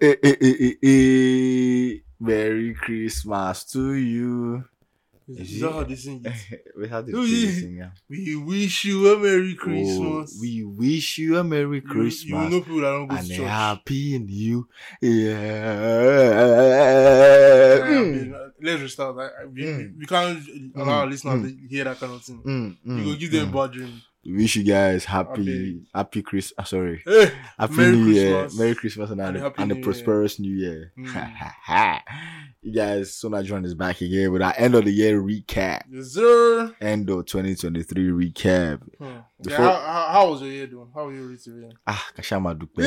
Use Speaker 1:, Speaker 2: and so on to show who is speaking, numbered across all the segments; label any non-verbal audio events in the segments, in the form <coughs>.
Speaker 1: Eh, eh, eh, eh, eh. Merry Christmas to you. Is
Speaker 2: Is,
Speaker 1: it-
Speaker 2: that how they sing it?
Speaker 1: <laughs> we had
Speaker 2: Oh,
Speaker 1: this
Speaker 2: yeah.
Speaker 1: singer.
Speaker 2: We wish you a Merry Christmas.
Speaker 1: Oh, we wish you a Merry
Speaker 2: You- You,
Speaker 1: Christmas
Speaker 2: know people that don't go
Speaker 1: and
Speaker 2: to
Speaker 1: a
Speaker 2: church.
Speaker 1: happy new
Speaker 2: Yeah,
Speaker 1: year.
Speaker 2: I mean, uh, Let's restart. I, I, we,
Speaker 1: Mm.
Speaker 2: we- we can't allow our listeners
Speaker 1: Mm.
Speaker 2: to hear that kind of thing.
Speaker 1: Mm,
Speaker 2: You
Speaker 1: mm,
Speaker 2: go give them
Speaker 1: mm.
Speaker 2: bad dream.
Speaker 1: Wish you guys
Speaker 2: Happy-
Speaker 1: happy, happy Christmas. sorry,
Speaker 2: Hey,
Speaker 1: happy
Speaker 2: Merry
Speaker 1: New Year,
Speaker 2: Christmas.
Speaker 1: Merry Christmas, and,
Speaker 2: And
Speaker 1: and,
Speaker 2: a
Speaker 1: a,
Speaker 2: happy
Speaker 1: and a
Speaker 2: New Year. Hmm.
Speaker 1: prosperous New Year.
Speaker 2: Mm.
Speaker 1: you guys, Sona John is back again with our end of the year recap,
Speaker 2: yes, sir.
Speaker 1: end of 2023 recap.
Speaker 2: Hmm. Yeah,
Speaker 1: Before-
Speaker 2: how, how, how was your year doing? How was your year today?
Speaker 1: Ah, Kashama Dupe.
Speaker 2: Yeah. <laughs>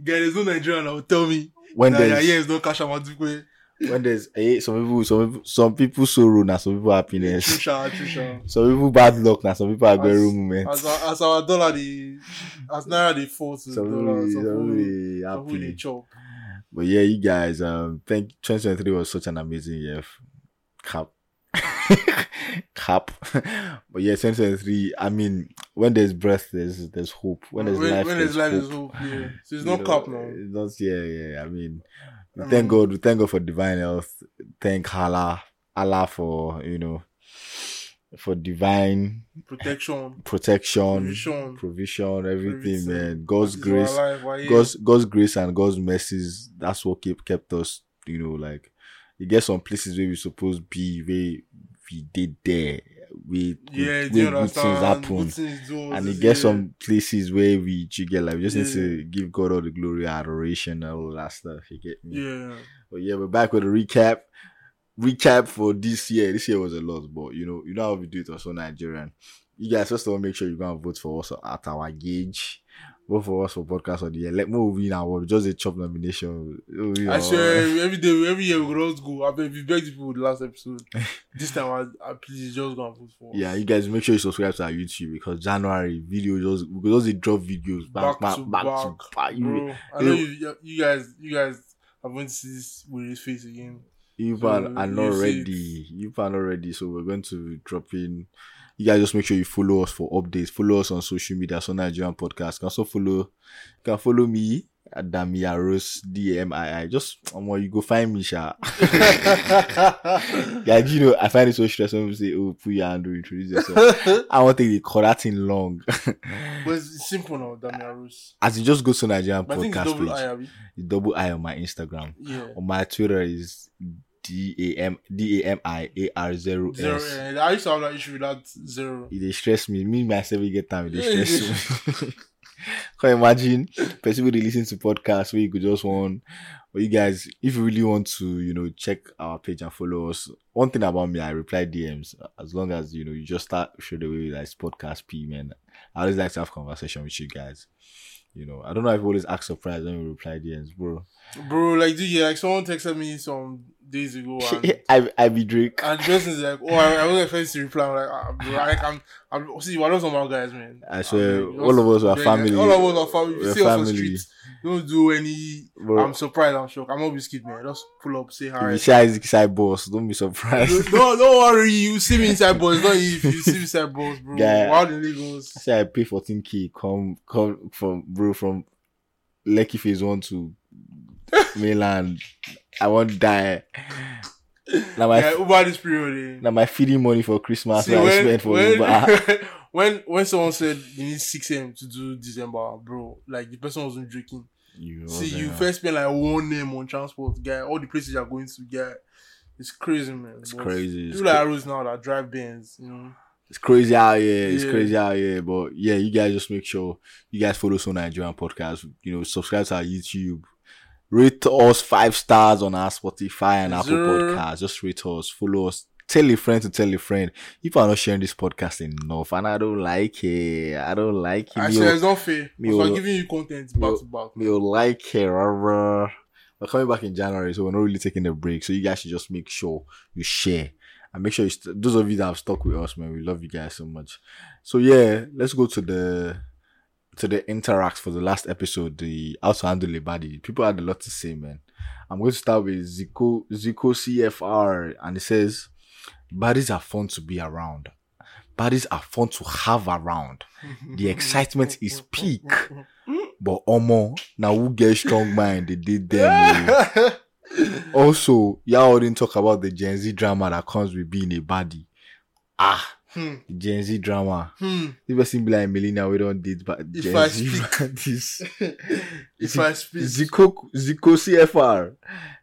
Speaker 2: Guy, there's no Nigerian that will tell me
Speaker 1: When
Speaker 2: that your
Speaker 1: there's
Speaker 2: year is not cash amount to pay.
Speaker 1: when there's eh, some people, some people, some people sorrow now, some people
Speaker 2: True
Speaker 1: happiness,
Speaker 2: sha, true sha.
Speaker 1: <laughs> some people bad luck now, some people are going
Speaker 2: As-
Speaker 1: room moment.
Speaker 2: As, our- as our dollar, the as naira, the fall to
Speaker 1: Some
Speaker 2: dollar,
Speaker 1: people,
Speaker 2: so
Speaker 1: some
Speaker 2: who-
Speaker 1: people
Speaker 2: so who they
Speaker 1: happy.
Speaker 2: chop.
Speaker 1: But yeah, you guys, um, thank 2023 was such an amazing year. f- Cap. <laughs> Cap. but yeah, 2023, I mean, when there's breath, there's there's hope. When there's life,
Speaker 2: when
Speaker 1: there's,
Speaker 2: there's life
Speaker 1: hope.
Speaker 2: is hope,
Speaker 1: <laughs>
Speaker 2: yeah. So
Speaker 1: You
Speaker 2: it's not
Speaker 1: know, eh,
Speaker 2: cap now. Mm.
Speaker 1: It's not, yeah, yeah. I mean, we
Speaker 2: I
Speaker 1: thank
Speaker 2: mean-
Speaker 1: God. We thank God for divine health. Thank Allah. Allah for, you know, for divine
Speaker 2: Protection,
Speaker 1: protection,
Speaker 2: provision,
Speaker 1: provision, everything,
Speaker 2: Provision.
Speaker 1: man. God's
Speaker 2: is
Speaker 1: grace.
Speaker 2: our life, why, yeah.
Speaker 1: God's God's grace and God's mercies. That's what kept kept us. You know, like you get some places where we supposed be where we did there. We
Speaker 2: yeah, do you
Speaker 1: where good things
Speaker 2: understand?
Speaker 1: happen.
Speaker 2: Good things do.
Speaker 1: And
Speaker 2: this
Speaker 1: you
Speaker 2: is
Speaker 1: get
Speaker 2: it.
Speaker 1: some places where we you get like we just need
Speaker 2: Yeah.
Speaker 1: to give God all the glory, adoration, and all that stuff. You get me?
Speaker 2: Yeah,
Speaker 1: But yeah, we're back with a recap. Recap for this year. This year was a lot, but you know, you know how we do it also Nigerian. You guys first of all make sure you go and vote for us at our gauge. Vote for us for podcast of the year. Let me win our award. Just a chop nomination. Oh, yeah.
Speaker 2: I swear every day, every year we all go. I beg, we begged people with the
Speaker 1: <laughs>
Speaker 2: last episode. this time, I, I please just go and vote for. us.
Speaker 1: Yeah, you guys make sure you subscribe to our YouTube because January video just we could just drop videos back back back, to back. You, eh.
Speaker 2: Bro, I know you, you guys, you guys are going to see this with his
Speaker 1: <laughs>
Speaker 2: face again. <laughs>
Speaker 1: you
Speaker 2: So,
Speaker 1: are are not
Speaker 2: you see-
Speaker 1: ready. You are not ready. So we're going to be dropping. You guys just make sure you follow us for updates. Follow us on social media, so Nigerian Podcast. You can also follow, you can follow me at Damia Rose D M I I. Just um, you go find me,
Speaker 2: <laughs>
Speaker 1: Sha. yeah, do you know I find it so stressful when people say, "Oh, put your hand, on, introduce yourself."
Speaker 2: but
Speaker 1: I want to they call that thing long. <laughs>
Speaker 2: it's simple now, Damian Rose.
Speaker 1: As you just go to Nigerian
Speaker 2: But I think it's
Speaker 1: Podcast
Speaker 2: double
Speaker 1: page,
Speaker 2: I, Abi.
Speaker 1: it's double I on my Instagram.
Speaker 2: Yeah.
Speaker 1: On my Twitter is D A M D A M I A R zero
Speaker 2: Zero.
Speaker 1: S.
Speaker 2: yeah, I used to have that issue with that zero.
Speaker 1: It dey stress me. Me myself, we get time. It
Speaker 2: Yeah,
Speaker 1: dey
Speaker 2: it
Speaker 1: stress me. <laughs> Can imagine person will listen to podcasts where you could just want. But you guys, if you really want to, you know, check our page and follow us. One thing about me, I reply DMs as long as you know you just start straight away like podcast P man. I always like to have conversation with you guys. You know, I don't know if you always act surprised when you reply DMs, bro.
Speaker 2: Bro, like, dude, yeah, like someone texted me some days ago and.
Speaker 1: <laughs> I I be Drake.
Speaker 2: And the person's like, oh, I, I wasn't expecting to reply. I'm like, ah, bro, I, like, I'm, I'm, see, we're not some bad guys, man.
Speaker 1: I swear,
Speaker 2: I'm like,
Speaker 1: all of us are
Speaker 2: Yeah,
Speaker 1: family.
Speaker 2: All of us are family. If you
Speaker 1: We're
Speaker 2: see us on the
Speaker 1: family.
Speaker 2: street, don't do any.
Speaker 1: Bro.
Speaker 2: I'm surprised. I'm shocked. I'm not biscuit man. Just pull up, say
Speaker 1: If
Speaker 2: hi. <laughs>
Speaker 1: you shy is side boss, don't be surprised. <laughs>
Speaker 2: no, don't worry. You see me inside balls. Not if you see me inside balls, bro.
Speaker 1: Yeah.
Speaker 2: Wild in Lagos.
Speaker 1: Say I pay 14k, come come from bro from Lucky Phase 1 to mainland. I won't die. Now my
Speaker 2: Yeah, Uber this period. Eh.
Speaker 1: now my feeding money for Christmas
Speaker 2: See,
Speaker 1: where I
Speaker 2: when,
Speaker 1: spent for
Speaker 2: <laughs> when,
Speaker 1: Uber. Ah.
Speaker 2: when when someone said you need six m to do December, bro, like the person wasn't joking.
Speaker 1: You
Speaker 2: See,
Speaker 1: know,
Speaker 2: you
Speaker 1: man.
Speaker 2: first spend like one name on transport, guy. All the places you're going to, guy. It's crazy, man.
Speaker 1: It's
Speaker 2: But
Speaker 1: crazy. It's,
Speaker 2: People like
Speaker 1: cra-
Speaker 2: arrows now that drive bands, you know.
Speaker 1: it's crazy out here. It's
Speaker 2: Yeah.
Speaker 1: crazy out here. But yeah, you guys just make sure you guys follow us on Nigerian podcast. You know, subscribe to our YouTube. Rate us five stars on our Spotify and
Speaker 2: Yes,
Speaker 1: Apple
Speaker 2: sir.
Speaker 1: Podcasts. Just rate us, follow us. Tell a friend to tell a friend. If I'm not sharing this podcast enough, and I don't like it, I don't like it.
Speaker 2: I
Speaker 1: Me, oh,
Speaker 2: said
Speaker 1: will-
Speaker 2: it's not fair.
Speaker 1: me
Speaker 2: Because I'm
Speaker 1: will-
Speaker 2: giving you content
Speaker 1: me
Speaker 2: back
Speaker 1: will-
Speaker 2: to back.
Speaker 1: me will like it. rah, rah. We're coming back in January, so we're not really taking a break. So you guys should just make sure you share and make sure you st- those of you that have stuck with us, man. We love you guys so much. So yeah, let's go to the to the interact for the last episode, the how to handle a body. People had a lot to say, man. I'm going to start with Zico Zico CFR, and it says, "Bodies are fun to be around.
Speaker 2: <laughs>
Speaker 1: Bodies are fun to have around. The excitement is peak. But Omo, now who get strong mind? They did them.
Speaker 2: <laughs>
Speaker 1: oh. also, y'all didn't talk about the Gen Z drama that comes with being a baddie. Ah,
Speaker 2: hmm.
Speaker 1: the Gen Z drama.
Speaker 2: Hmm.
Speaker 1: The person be like Melina, we don't date, but
Speaker 2: If
Speaker 1: Gen
Speaker 2: I
Speaker 1: Z
Speaker 2: speak-
Speaker 1: baddies.
Speaker 2: <laughs> If I speak,
Speaker 1: Zico Zico CFR,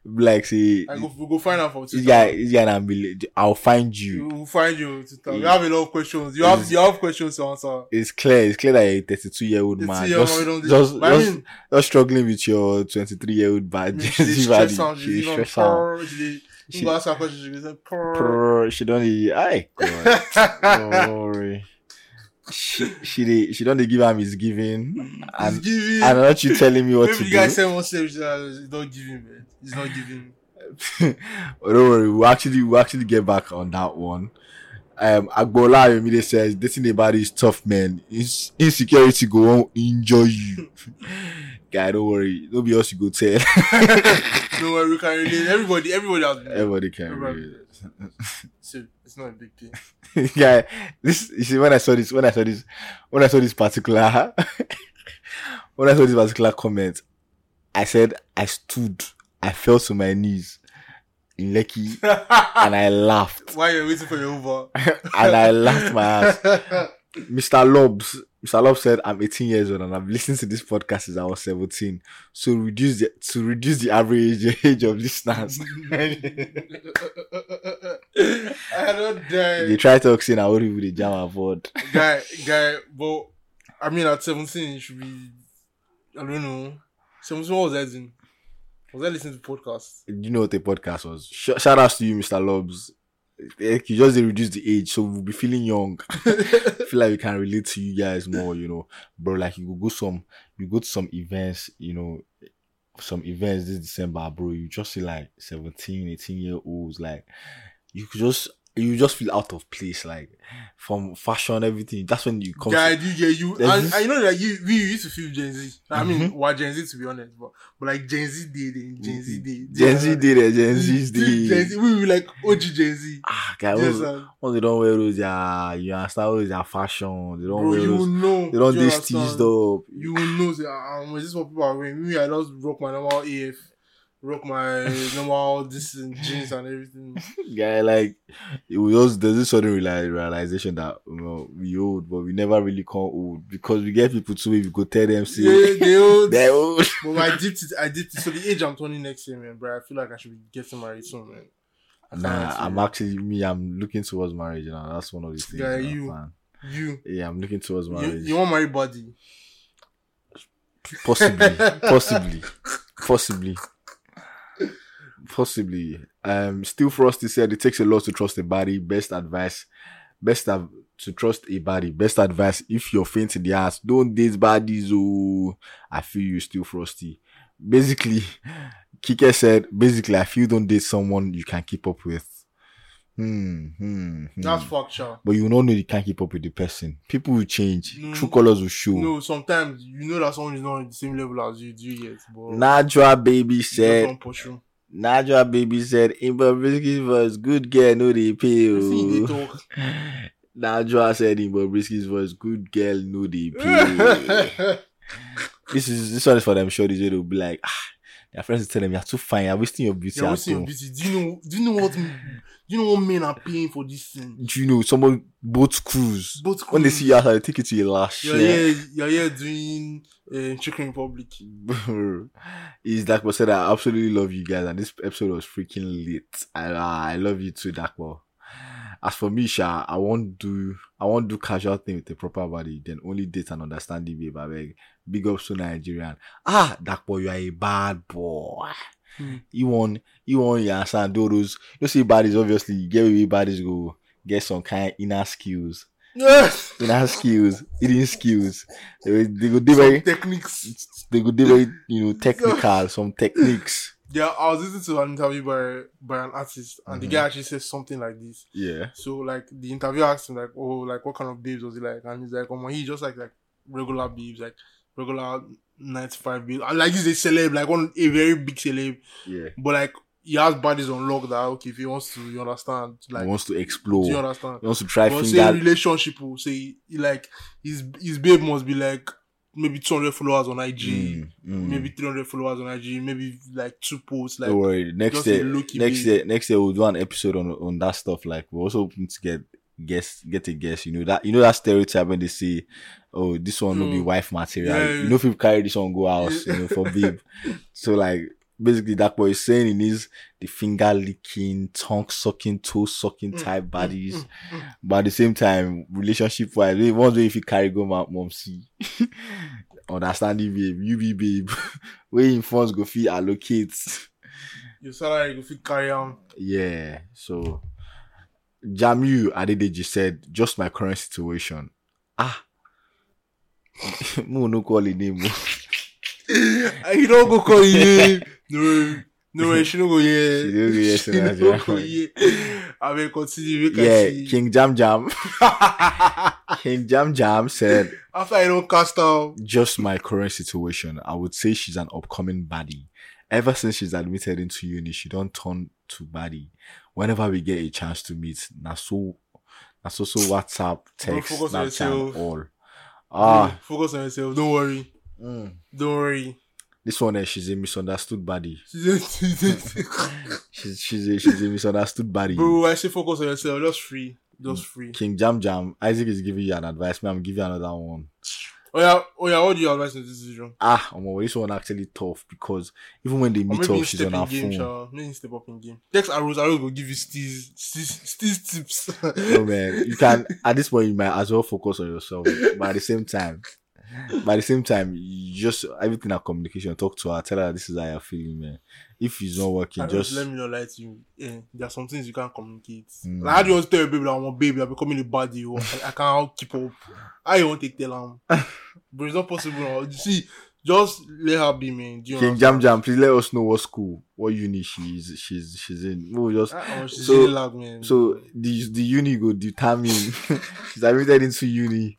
Speaker 1: be like say,
Speaker 2: I go, we go find out from
Speaker 1: this
Speaker 2: Twitter.
Speaker 1: guy, this guy, na Meli- I'll find you.
Speaker 2: We'll find you on Twitter. We
Speaker 1: Yeah.
Speaker 2: have a lot of questions. You have
Speaker 1: Is-
Speaker 2: you have questions to answer.
Speaker 1: It's clear. It's clear that you're a 32 year old
Speaker 2: It's
Speaker 1: man.
Speaker 2: here,
Speaker 1: just,
Speaker 2: we don't-
Speaker 1: just,
Speaker 2: But I
Speaker 1: just,
Speaker 2: mean,
Speaker 1: just struggling with your 23 year old bad.
Speaker 2: it's-
Speaker 1: Gen
Speaker 2: it's
Speaker 1: Z body.
Speaker 2: stress out, it's
Speaker 1: She's
Speaker 2: even
Speaker 1: stressed out.
Speaker 2: purr, she-
Speaker 1: She-
Speaker 2: you go ask her questions, she goes, like, purr.
Speaker 1: Prrr, She don't. dey- Aye, God.
Speaker 2: <laughs>
Speaker 1: Glory. She she dey- she don't dey give her misgiving,
Speaker 2: It's
Speaker 1: and
Speaker 2: giving.
Speaker 1: and not you telling me what
Speaker 2: Maybe
Speaker 1: to
Speaker 2: you
Speaker 1: do.
Speaker 2: guys send one stage, it's not giving, man. It's not <laughs> giving.
Speaker 1: But Oh, don't worry, we'll actually we'll actually get back on that one. Um, Agbola Ayomide says dating a body is tough, man. Ins- insecurity go won't injure you. <laughs> Guy, don't worry. Don't be us you go tell. <laughs>
Speaker 2: No worry, we can relate. Everybody, everybody has been.
Speaker 1: Everybody can
Speaker 2: Everybody.
Speaker 1: read
Speaker 2: So it's not a big thing.
Speaker 1: it. <laughs> Guy, this you see when I saw this when I saw this when I saw this particular <laughs> when I saw this particular comment, I said I stood, I fell to my knees in
Speaker 2: <laughs>
Speaker 1: Lekki and I laughed.
Speaker 2: <laughs> Why you're waiting for your Uber?
Speaker 1: and I laughed
Speaker 2: <laughs>
Speaker 1: my ass. Mr. Lobs, Mr. Lobs said, I'm 18 years old and I've listened to this podcast since I was 17. So reduce the, to reduce the average <laughs> age of listeners.
Speaker 2: I don't
Speaker 1: they
Speaker 2: die.
Speaker 1: try talking and only with the jam aboard.
Speaker 2: guy, guy, but I mean, at 17, it should be, I don't know. 17, what was I doing? Was I listening to podcasts?
Speaker 1: You know what the podcast was. Sh- shout outs to you, Mr. Lobs. Eh, You just dey reduce the age, so we'll be feeling young. <laughs> feel like we can relate to you guys more, you know, bro. Like you go go some, you go to some events, you know, some events this December, bro. You just see like 17, 18 year olds, like you could just you just feel out of place, like from fashion, everything. That's when you come.
Speaker 2: guy,
Speaker 1: To,
Speaker 2: you, yeah, you,
Speaker 1: There's
Speaker 2: and,
Speaker 1: this-
Speaker 2: and you know that you, we used to feel Gen Z. I mean,
Speaker 1: Mhm.
Speaker 2: we're Gen Z to be honest, but, but like Gen Z did it, Gen Z did.
Speaker 1: Gen Z did it, Gen Z's
Speaker 2: Gen
Speaker 1: did.
Speaker 2: Z,
Speaker 1: it.
Speaker 2: we were like OG Gen Z.
Speaker 1: Ah, guy,
Speaker 2: Yes,
Speaker 1: once,
Speaker 2: sir.
Speaker 1: once they don't wear those, yeah, you understand those their fashion. They don't
Speaker 2: bro,
Speaker 1: wear
Speaker 2: you will
Speaker 1: those.
Speaker 2: know.
Speaker 1: They don't
Speaker 2: do you
Speaker 1: they stitched
Speaker 2: understand?
Speaker 1: up.
Speaker 2: You will know. Say, ah, um, is this what people are wearing? Me, I just rock my normal AF, rock my
Speaker 1: <laughs>
Speaker 2: normal this and jeans and everything.
Speaker 1: Yeah, like it was just there's this sudden reali- realization that you know, we old, but we never really call old because we get people to we go tell them see
Speaker 2: yeah, they old.
Speaker 1: they're
Speaker 2: <laughs>
Speaker 1: old.
Speaker 2: But I dipped it. I dipped it. So the age I'm turning next year, man, bro. I feel like I should be getting married soon, man. I can't
Speaker 1: Nah,
Speaker 2: wait
Speaker 1: I'm
Speaker 2: to-
Speaker 1: actually me. I'm looking towards marriage now. That's one of the things.
Speaker 2: Yeah,
Speaker 1: that I'm
Speaker 2: you-
Speaker 1: plan.
Speaker 2: you.
Speaker 1: Yeah, I'm looking towards
Speaker 2: You,
Speaker 1: marriage.
Speaker 2: you want marry body?
Speaker 1: possibly, possibly, possibly, possibly. Um, still frosty said it takes a lot to trust a body. Best advice, best av- to trust a body. Best advice if you're faint in the ass, don't date bodies. Oh, I feel you, still frosty. Basically, <laughs> Kike said basically I feel don't date someone you can keep up with. Hmm, hmm, hmm.
Speaker 2: That's factual.
Speaker 1: but you will not know you can't keep up with the person. People will change.
Speaker 2: No.
Speaker 1: True colors will show.
Speaker 2: Mm. No, sometimes you know that someone is not on the same level as you do yet, but
Speaker 1: Najwa baby
Speaker 2: you just
Speaker 1: said
Speaker 2: don't pursue.
Speaker 1: Najwa baby said Imba Brisky voice good girl no dey pay
Speaker 2: I see they
Speaker 1: o.
Speaker 2: <laughs> talk.
Speaker 1: Najwa said Imba Brisky's voice good girl no dey
Speaker 2: <laughs>
Speaker 1: pay.
Speaker 2: Guy,
Speaker 1: this is this one is for them sure they will be like ah their friends will tell them you're too fine you're wasting your beauty at
Speaker 2: wasting your
Speaker 1: home.
Speaker 2: beauty. Do you know? Do you know what? m- Do you know what men are paying for this thing?
Speaker 1: Do you know someone boat cruise
Speaker 2: Both
Speaker 1: when they see you outside they take you to your last
Speaker 2: you're
Speaker 1: share.
Speaker 2: here, you're here doing uh, Chicken Republic.
Speaker 1: Bro, it's Dakbo said I absolutely love you guys, and this episode was freaking lit. I I love you too, Dakbo. As for me, Sha, I won't do I won't do casual thing with a proper body, then only date and understanding babe. I beg. Big up to Nigerian. Ah, Dakbo, you are a bad boy.
Speaker 2: Hmm.
Speaker 1: You want you want your sandoros. You see bodies, obviously, you get away bodies go get some kind of inner skills.
Speaker 2: Yes.
Speaker 1: Inner skills, eating skills. They, will- they go do
Speaker 2: <laughs> Some
Speaker 1: very
Speaker 2: techniques.
Speaker 1: they could do very you
Speaker 2: <laughs>
Speaker 1: know technical some techniques
Speaker 2: Yeah, I was listening to an interview by by an artist, and
Speaker 1: Mhm.
Speaker 2: the guy actually said something like this.
Speaker 1: yeah
Speaker 2: So like the interviewer asked him like, oh, like what kind of babes was he like? And he's like, oh my, he just like like regular babes, like regular nine to five babes. And like he's a celeb, like one a very big celeb,
Speaker 1: yeah
Speaker 2: but like he has bodies on lock that okay if he wants to, you understand? Like
Speaker 1: he wants to explore
Speaker 2: do you
Speaker 1: he
Speaker 2: understand?
Speaker 1: wants to try
Speaker 2: But say
Speaker 1: finger
Speaker 2: relationship, oh, say he, like his his babe must be like maybe 200 followers on IG,
Speaker 1: Mm, mm.
Speaker 2: maybe 300 followers on IG, maybe like two posts. Like,
Speaker 1: Don't worry. Next
Speaker 2: just a
Speaker 1: year,
Speaker 2: low-key
Speaker 1: next
Speaker 2: base.
Speaker 1: year, next year we'll do an episode on on that stuff. Like we're also hoping to get guest, get a guest. You know that you know that stereotype when they say, "Oh, this one will be
Speaker 2: Mm.
Speaker 1: wife material."
Speaker 2: Yeah,
Speaker 1: you
Speaker 2: yeah.
Speaker 1: know, if you carry this one, go house. You know,
Speaker 2: <laughs>
Speaker 1: for babe. so like basically, that boy is saying he needs the finger licking, tongue sucking, toe sucking
Speaker 2: Mm,
Speaker 1: type bodies.
Speaker 2: mm, mm.
Speaker 1: But at the same time, relationship wise, one way if you carry go mom, mom see. <laughs> Understanding babe, you be babe. <laughs> Where funds go fee allocate.
Speaker 2: your salary go fit carry on.
Speaker 1: Yeah. So Jamu Adedeji said, just my current situation. Ah. <laughs> Mo no call him name.
Speaker 2: <laughs>
Speaker 1: oh.
Speaker 2: you don't go call you. No, no, she don't go yeah.
Speaker 1: She no go hear
Speaker 2: She
Speaker 1: Sinatra.
Speaker 2: no go yeah. I will continue. We can
Speaker 1: Yeah,
Speaker 2: see.
Speaker 1: King Jam Jam. <laughs> King Jam Jam said,
Speaker 2: After I don't cast out,
Speaker 1: just my current situation. I would say she's an upcoming baddie. Ever since she's admitted into uni, she don't turn to baddie. Whenever we get a chance to meet, na so na so so WhatsApp, text,
Speaker 2: focus on
Speaker 1: Snapchat,
Speaker 2: yourself.
Speaker 1: all. Ah,
Speaker 2: focus on yourself. Don't worry.
Speaker 1: mm.
Speaker 2: Don't worry.
Speaker 1: this one eh, she's a misunderstood baddie.
Speaker 2: She just- she just-
Speaker 1: She's she's a, she's a misunderstood baddie.
Speaker 2: Bro, I say focus on yourself. Just free. Just free.
Speaker 1: King Jam Jam, Isaac is giving you an advice. Me, I'm giving you another one.
Speaker 2: Oh yeah, oh yeah. What do you advise in this decision?
Speaker 1: Ah, omo, this one actually tough because even when they
Speaker 2: Or
Speaker 1: meet
Speaker 2: maybe
Speaker 1: up,
Speaker 2: you
Speaker 1: she's on
Speaker 2: step
Speaker 1: her
Speaker 2: in
Speaker 1: phone.
Speaker 2: game, sha. Maybe you step up in game. Text Arrows. Arrows will give you steez, steez, steez tips. <laughs>
Speaker 1: no man you can at this point you might as well focus on yourself but at the same time but at the same time you just everything at communication talk to her tell her this is how you're feeling man if it's not working
Speaker 2: Arrows,
Speaker 1: just
Speaker 2: let me not lie to you. Eh, there are some things you can't communicate.
Speaker 1: Mm.
Speaker 2: Like how do you want to tell your baby that I'm a baby? I'm becoming a body. oh, I, I can't keep up. How you want to tell them? But it's not possible. oh. You see, just let her be, man. Do you
Speaker 1: King Jam Jam please let us know what school what uni she's she's she's in we'll just
Speaker 2: Oh, she's
Speaker 1: So-
Speaker 2: so, lag, man.
Speaker 1: so the the uni go determine <laughs> she's admitted into uni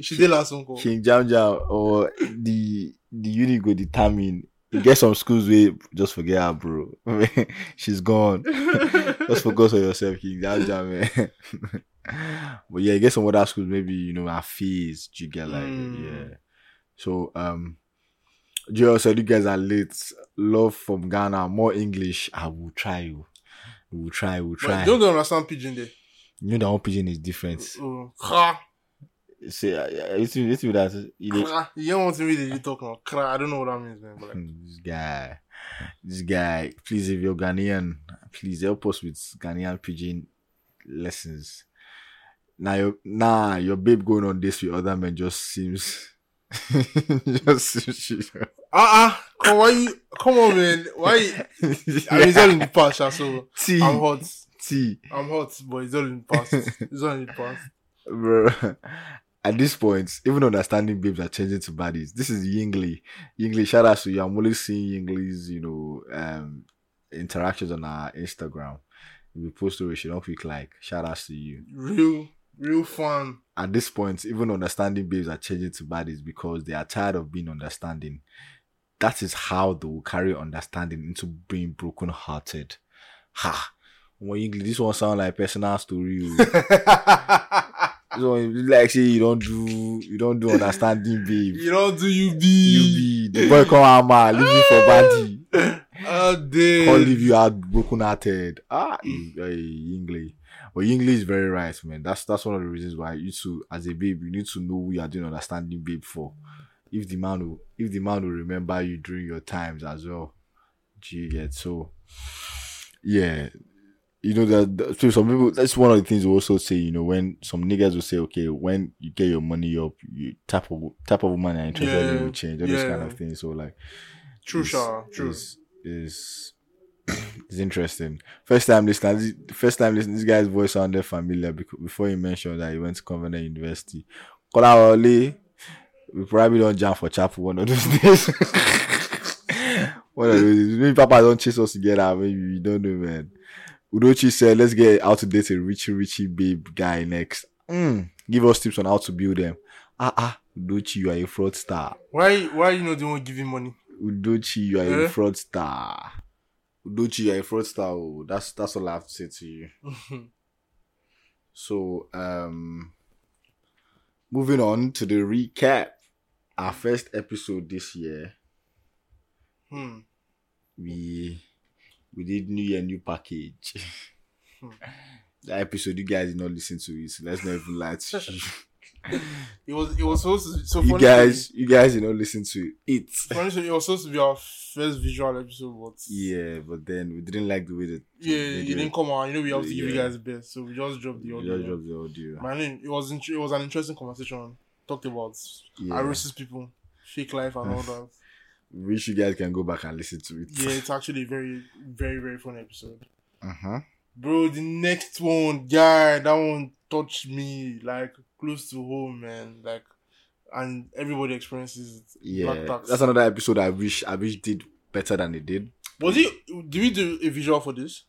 Speaker 2: she did last one call.
Speaker 1: King Jam Jam or the the uni go determine you get some schools where just forget her bro <laughs> she's gone just focus on yourself, King. That's that, man. <laughs> but yeah, I guess some other schools, maybe you know, our fees, you get like
Speaker 2: Mm.
Speaker 1: yeah. So um, Joel said you guys are late. Love from Ghana, more English. I will try you. We will try. We'll try.
Speaker 2: <laughs> But don't they understand pidgin there.
Speaker 1: you know that one pigeon is different.
Speaker 2: Oh, cra,
Speaker 1: See, I- I- it's it's with that. You know,
Speaker 2: cra. You don't want to read it. You talk now. Cra. I don't know what that means, man. But like,
Speaker 1: this guy, this guy. Please, if you're Ghanaian, please help us with Ghanaian pigeon lessons. Now, your nah, your babe going on this with other men just seems. <laughs> just seems she-
Speaker 2: ah, ah. Come, why you? Come on, man. Why? You, I mean, it's all in the past, sha, so
Speaker 1: T
Speaker 2: I'm hot.
Speaker 1: T,
Speaker 2: I'm hot, but it's all in the past. It's all in the past.
Speaker 1: bro. <laughs> At this point, even understanding babes are changing to baddies. This is Yingli. Yingli, shout out to you. I'm only seeing Yingli's, you know, um, interactions on our Instagram. If you post story, she don't click like. Shout out to you.
Speaker 2: Real,
Speaker 1: <laughs>
Speaker 2: real fun.
Speaker 1: at this point, even understanding babes are changing to baddies because they are tired of being understanding. That is how they will carry understanding into being broken hearted. Ha! Well, English, this one sound like personal story. oh. this one like say you don't do you don't do understanding babe.
Speaker 2: you don't do UB.
Speaker 1: You be the boy come out man, leave you for baddie.
Speaker 2: Ah, damn.
Speaker 1: Can't leave you out broken hearted. Ah,
Speaker 2: Mm.
Speaker 1: English. But English is very right, man. That's that's one of the reasons why you two, as a babe, you need to know who you are doing understanding babe for. If the man will, if the man will remember you during your times as well, do you get so? Yeah, you know that, that- so some people. That's one of the things we also say. You know, when some niggas will say, okay, when you get your money up, you type of type of woman you're interested in
Speaker 2: Yeah,
Speaker 1: will change. All those kind
Speaker 2: yeah.
Speaker 1: of things. So like
Speaker 2: True,
Speaker 1: is-
Speaker 2: Sha. True.
Speaker 1: Is is, <coughs> is interesting. First time listener, this- first time listening, this guy's voice sounded familiar because before he mentioned that he went to Covenant University. Kola Ole, we probably don't jam for chapel one of those <laughs> days. one of those days. Maybe Papa don't chase us together. Maybe we don't know, man. Udochi said, "Let's get out to date a Richie Richie babe guy next. Mm, Give us tips on how to build them." Ah ah, Udochi, you are a fraudster.
Speaker 2: Why, why you not the one giving money?
Speaker 1: Udochi, you are a
Speaker 2: Eh?
Speaker 1: fraudster. Udochi, you are a fraudster. oh. That's that's all I have to say to <laughs> you. So, um, moving on to the recap. our first episode this year,
Speaker 2: Hmm.
Speaker 1: we we did new year new <laughs> package.
Speaker 2: Hmm.
Speaker 1: that episode you guys did not listen to it. so let's not even lie to <laughs> you.
Speaker 2: It was it was supposed to so
Speaker 1: you
Speaker 2: funny
Speaker 1: guys, you guys did not listen to it.
Speaker 2: thing- funny thing, it was supposed to be our first visual episode, but
Speaker 1: Yeah, but then we didn't like the way that
Speaker 2: yeah,
Speaker 1: they
Speaker 2: it
Speaker 1: do
Speaker 2: didn't come out. You know, we have to give you
Speaker 1: Yeah.
Speaker 2: guys the best, so we just dropped the
Speaker 1: We
Speaker 2: audio.
Speaker 1: just dropped the audio.
Speaker 2: Man, it was int- it was an interesting conversation. Talked about
Speaker 1: Yeah.
Speaker 2: racist people, fake life, and
Speaker 1: <laughs>
Speaker 2: all that.
Speaker 1: Wish you guys can go back and listen to it.
Speaker 2: Yeah, it's actually a very very very fun episode,
Speaker 1: <laughs> Uh-huh.
Speaker 2: bro. The next one, guy, that one touched me like close to home, man. Like, and everybody experiences it. Black
Speaker 1: Yeah.
Speaker 2: tax.
Speaker 1: That's another episode I wish I wish did better than it did.
Speaker 2: Was it? Did we do a visual for this?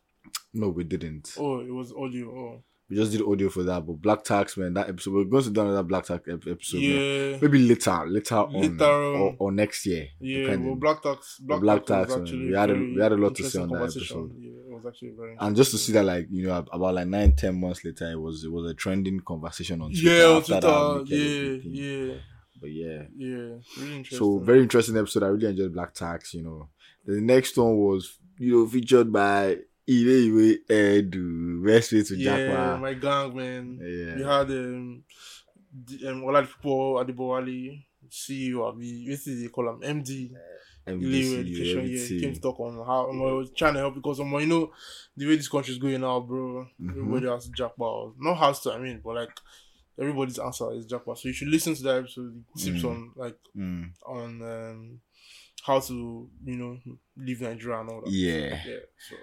Speaker 1: No, we didn't.
Speaker 2: Oh, it was audio. Oh,
Speaker 1: We just did audio for that. But Black Tax, man, that episode we're going to do another Black Tax ep- episode. man.
Speaker 2: yeah,
Speaker 1: Maybe later, later on,
Speaker 2: Later on.
Speaker 1: Or, or next year.
Speaker 2: yeah.
Speaker 1: depending.
Speaker 2: Well, black tax, black,
Speaker 1: Black
Speaker 2: tax.
Speaker 1: Tax,
Speaker 2: was
Speaker 1: man.
Speaker 2: actually
Speaker 1: We had a-
Speaker 2: very
Speaker 1: we had a lot to say
Speaker 2: interesting
Speaker 1: on that
Speaker 2: conversation.
Speaker 1: episode.
Speaker 2: Yeah, it was actually very.
Speaker 1: and just to see that, like you know, ab- about like nine, ten months later, it was it was a trending conversation on Twitter.
Speaker 2: yeah, on
Speaker 1: after that
Speaker 2: Twitter.
Speaker 1: weekend,
Speaker 2: Yeah,
Speaker 1: everything.
Speaker 2: yeah,
Speaker 1: But yeah,
Speaker 2: yeah. Really interesting.
Speaker 1: so very interesting episode. I really enjoyed Black Tax. You know, the next one was you know featured by Iwe Iwe Edu, West Way to
Speaker 2: yeah,
Speaker 1: Jackwa.
Speaker 2: my gang, man.
Speaker 1: Yeah,
Speaker 2: We had um, the, um Oladipo Adibowale, CEO, Abi, what did they call him? MD, Ilewu
Speaker 1: MBC,
Speaker 2: Education. Yeah, he came
Speaker 1: E everything.
Speaker 2: to talk on how um, I was trying to help because um, you know the way this country is going now, bro.
Speaker 1: Mhm.
Speaker 2: Everybody has jackpot. Not has to, I mean, but like everybody's answer is jackpot. So you should listen to that episode. It tips
Speaker 1: Mm.
Speaker 2: on like
Speaker 1: Mm.
Speaker 2: on um how to you know leave Nigeria and all that.
Speaker 1: Yeah.
Speaker 2: Yeah, so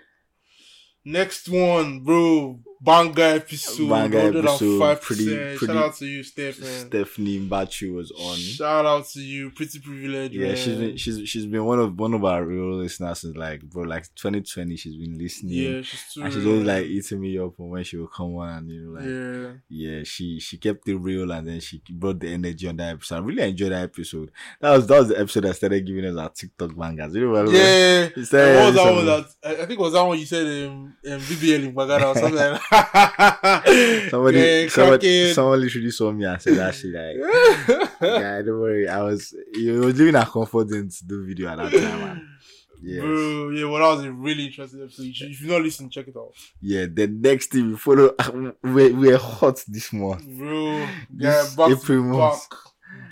Speaker 2: next one, bro. Banger episode.
Speaker 1: Banger
Speaker 2: Banger
Speaker 1: episode,
Speaker 2: episode.
Speaker 1: pretty-
Speaker 2: Shout
Speaker 1: pretty-
Speaker 2: out to you, Steph, man.
Speaker 1: Stephanie Mbachu was on.
Speaker 2: Shout out to you, pretty privilege.
Speaker 1: Yeah,
Speaker 2: man.
Speaker 1: she's been she's she's been one of one of our real listeners since like bro like 2020. She's been listening.
Speaker 2: yeah, she's too.
Speaker 1: And she's
Speaker 2: real,
Speaker 1: always
Speaker 2: man.
Speaker 1: like eating me up on when she would come on and you know like yeah.
Speaker 2: yeah,
Speaker 1: she she kept it real and then she brought the energy on that episode. I really enjoyed that episode. That was that was the episode that started giving us our TikTok bangers. You know what I mean?
Speaker 2: yeah.
Speaker 1: It
Speaker 2: And
Speaker 1: started-
Speaker 2: what was that
Speaker 1: so-
Speaker 2: one that I, I think it was that one you said um, um BBL in Bagada or something like that.
Speaker 1: <laughs> somebody
Speaker 2: yeah,
Speaker 1: somebody,
Speaker 2: cracking.
Speaker 1: someone literally saw me and said that shit like
Speaker 2: <laughs>
Speaker 1: yeah, don't worry. I was you were doing a confident to do video at that time. and- Yes.
Speaker 2: Bro, yeah, well, that was a really interesting episode. You should, if you've not listened, check it out,
Speaker 1: Yeah, the next thing we follow, <laughs> we're, we're hot this month.
Speaker 2: bro. Yeah,
Speaker 1: This
Speaker 2: back
Speaker 1: April
Speaker 2: to
Speaker 1: month.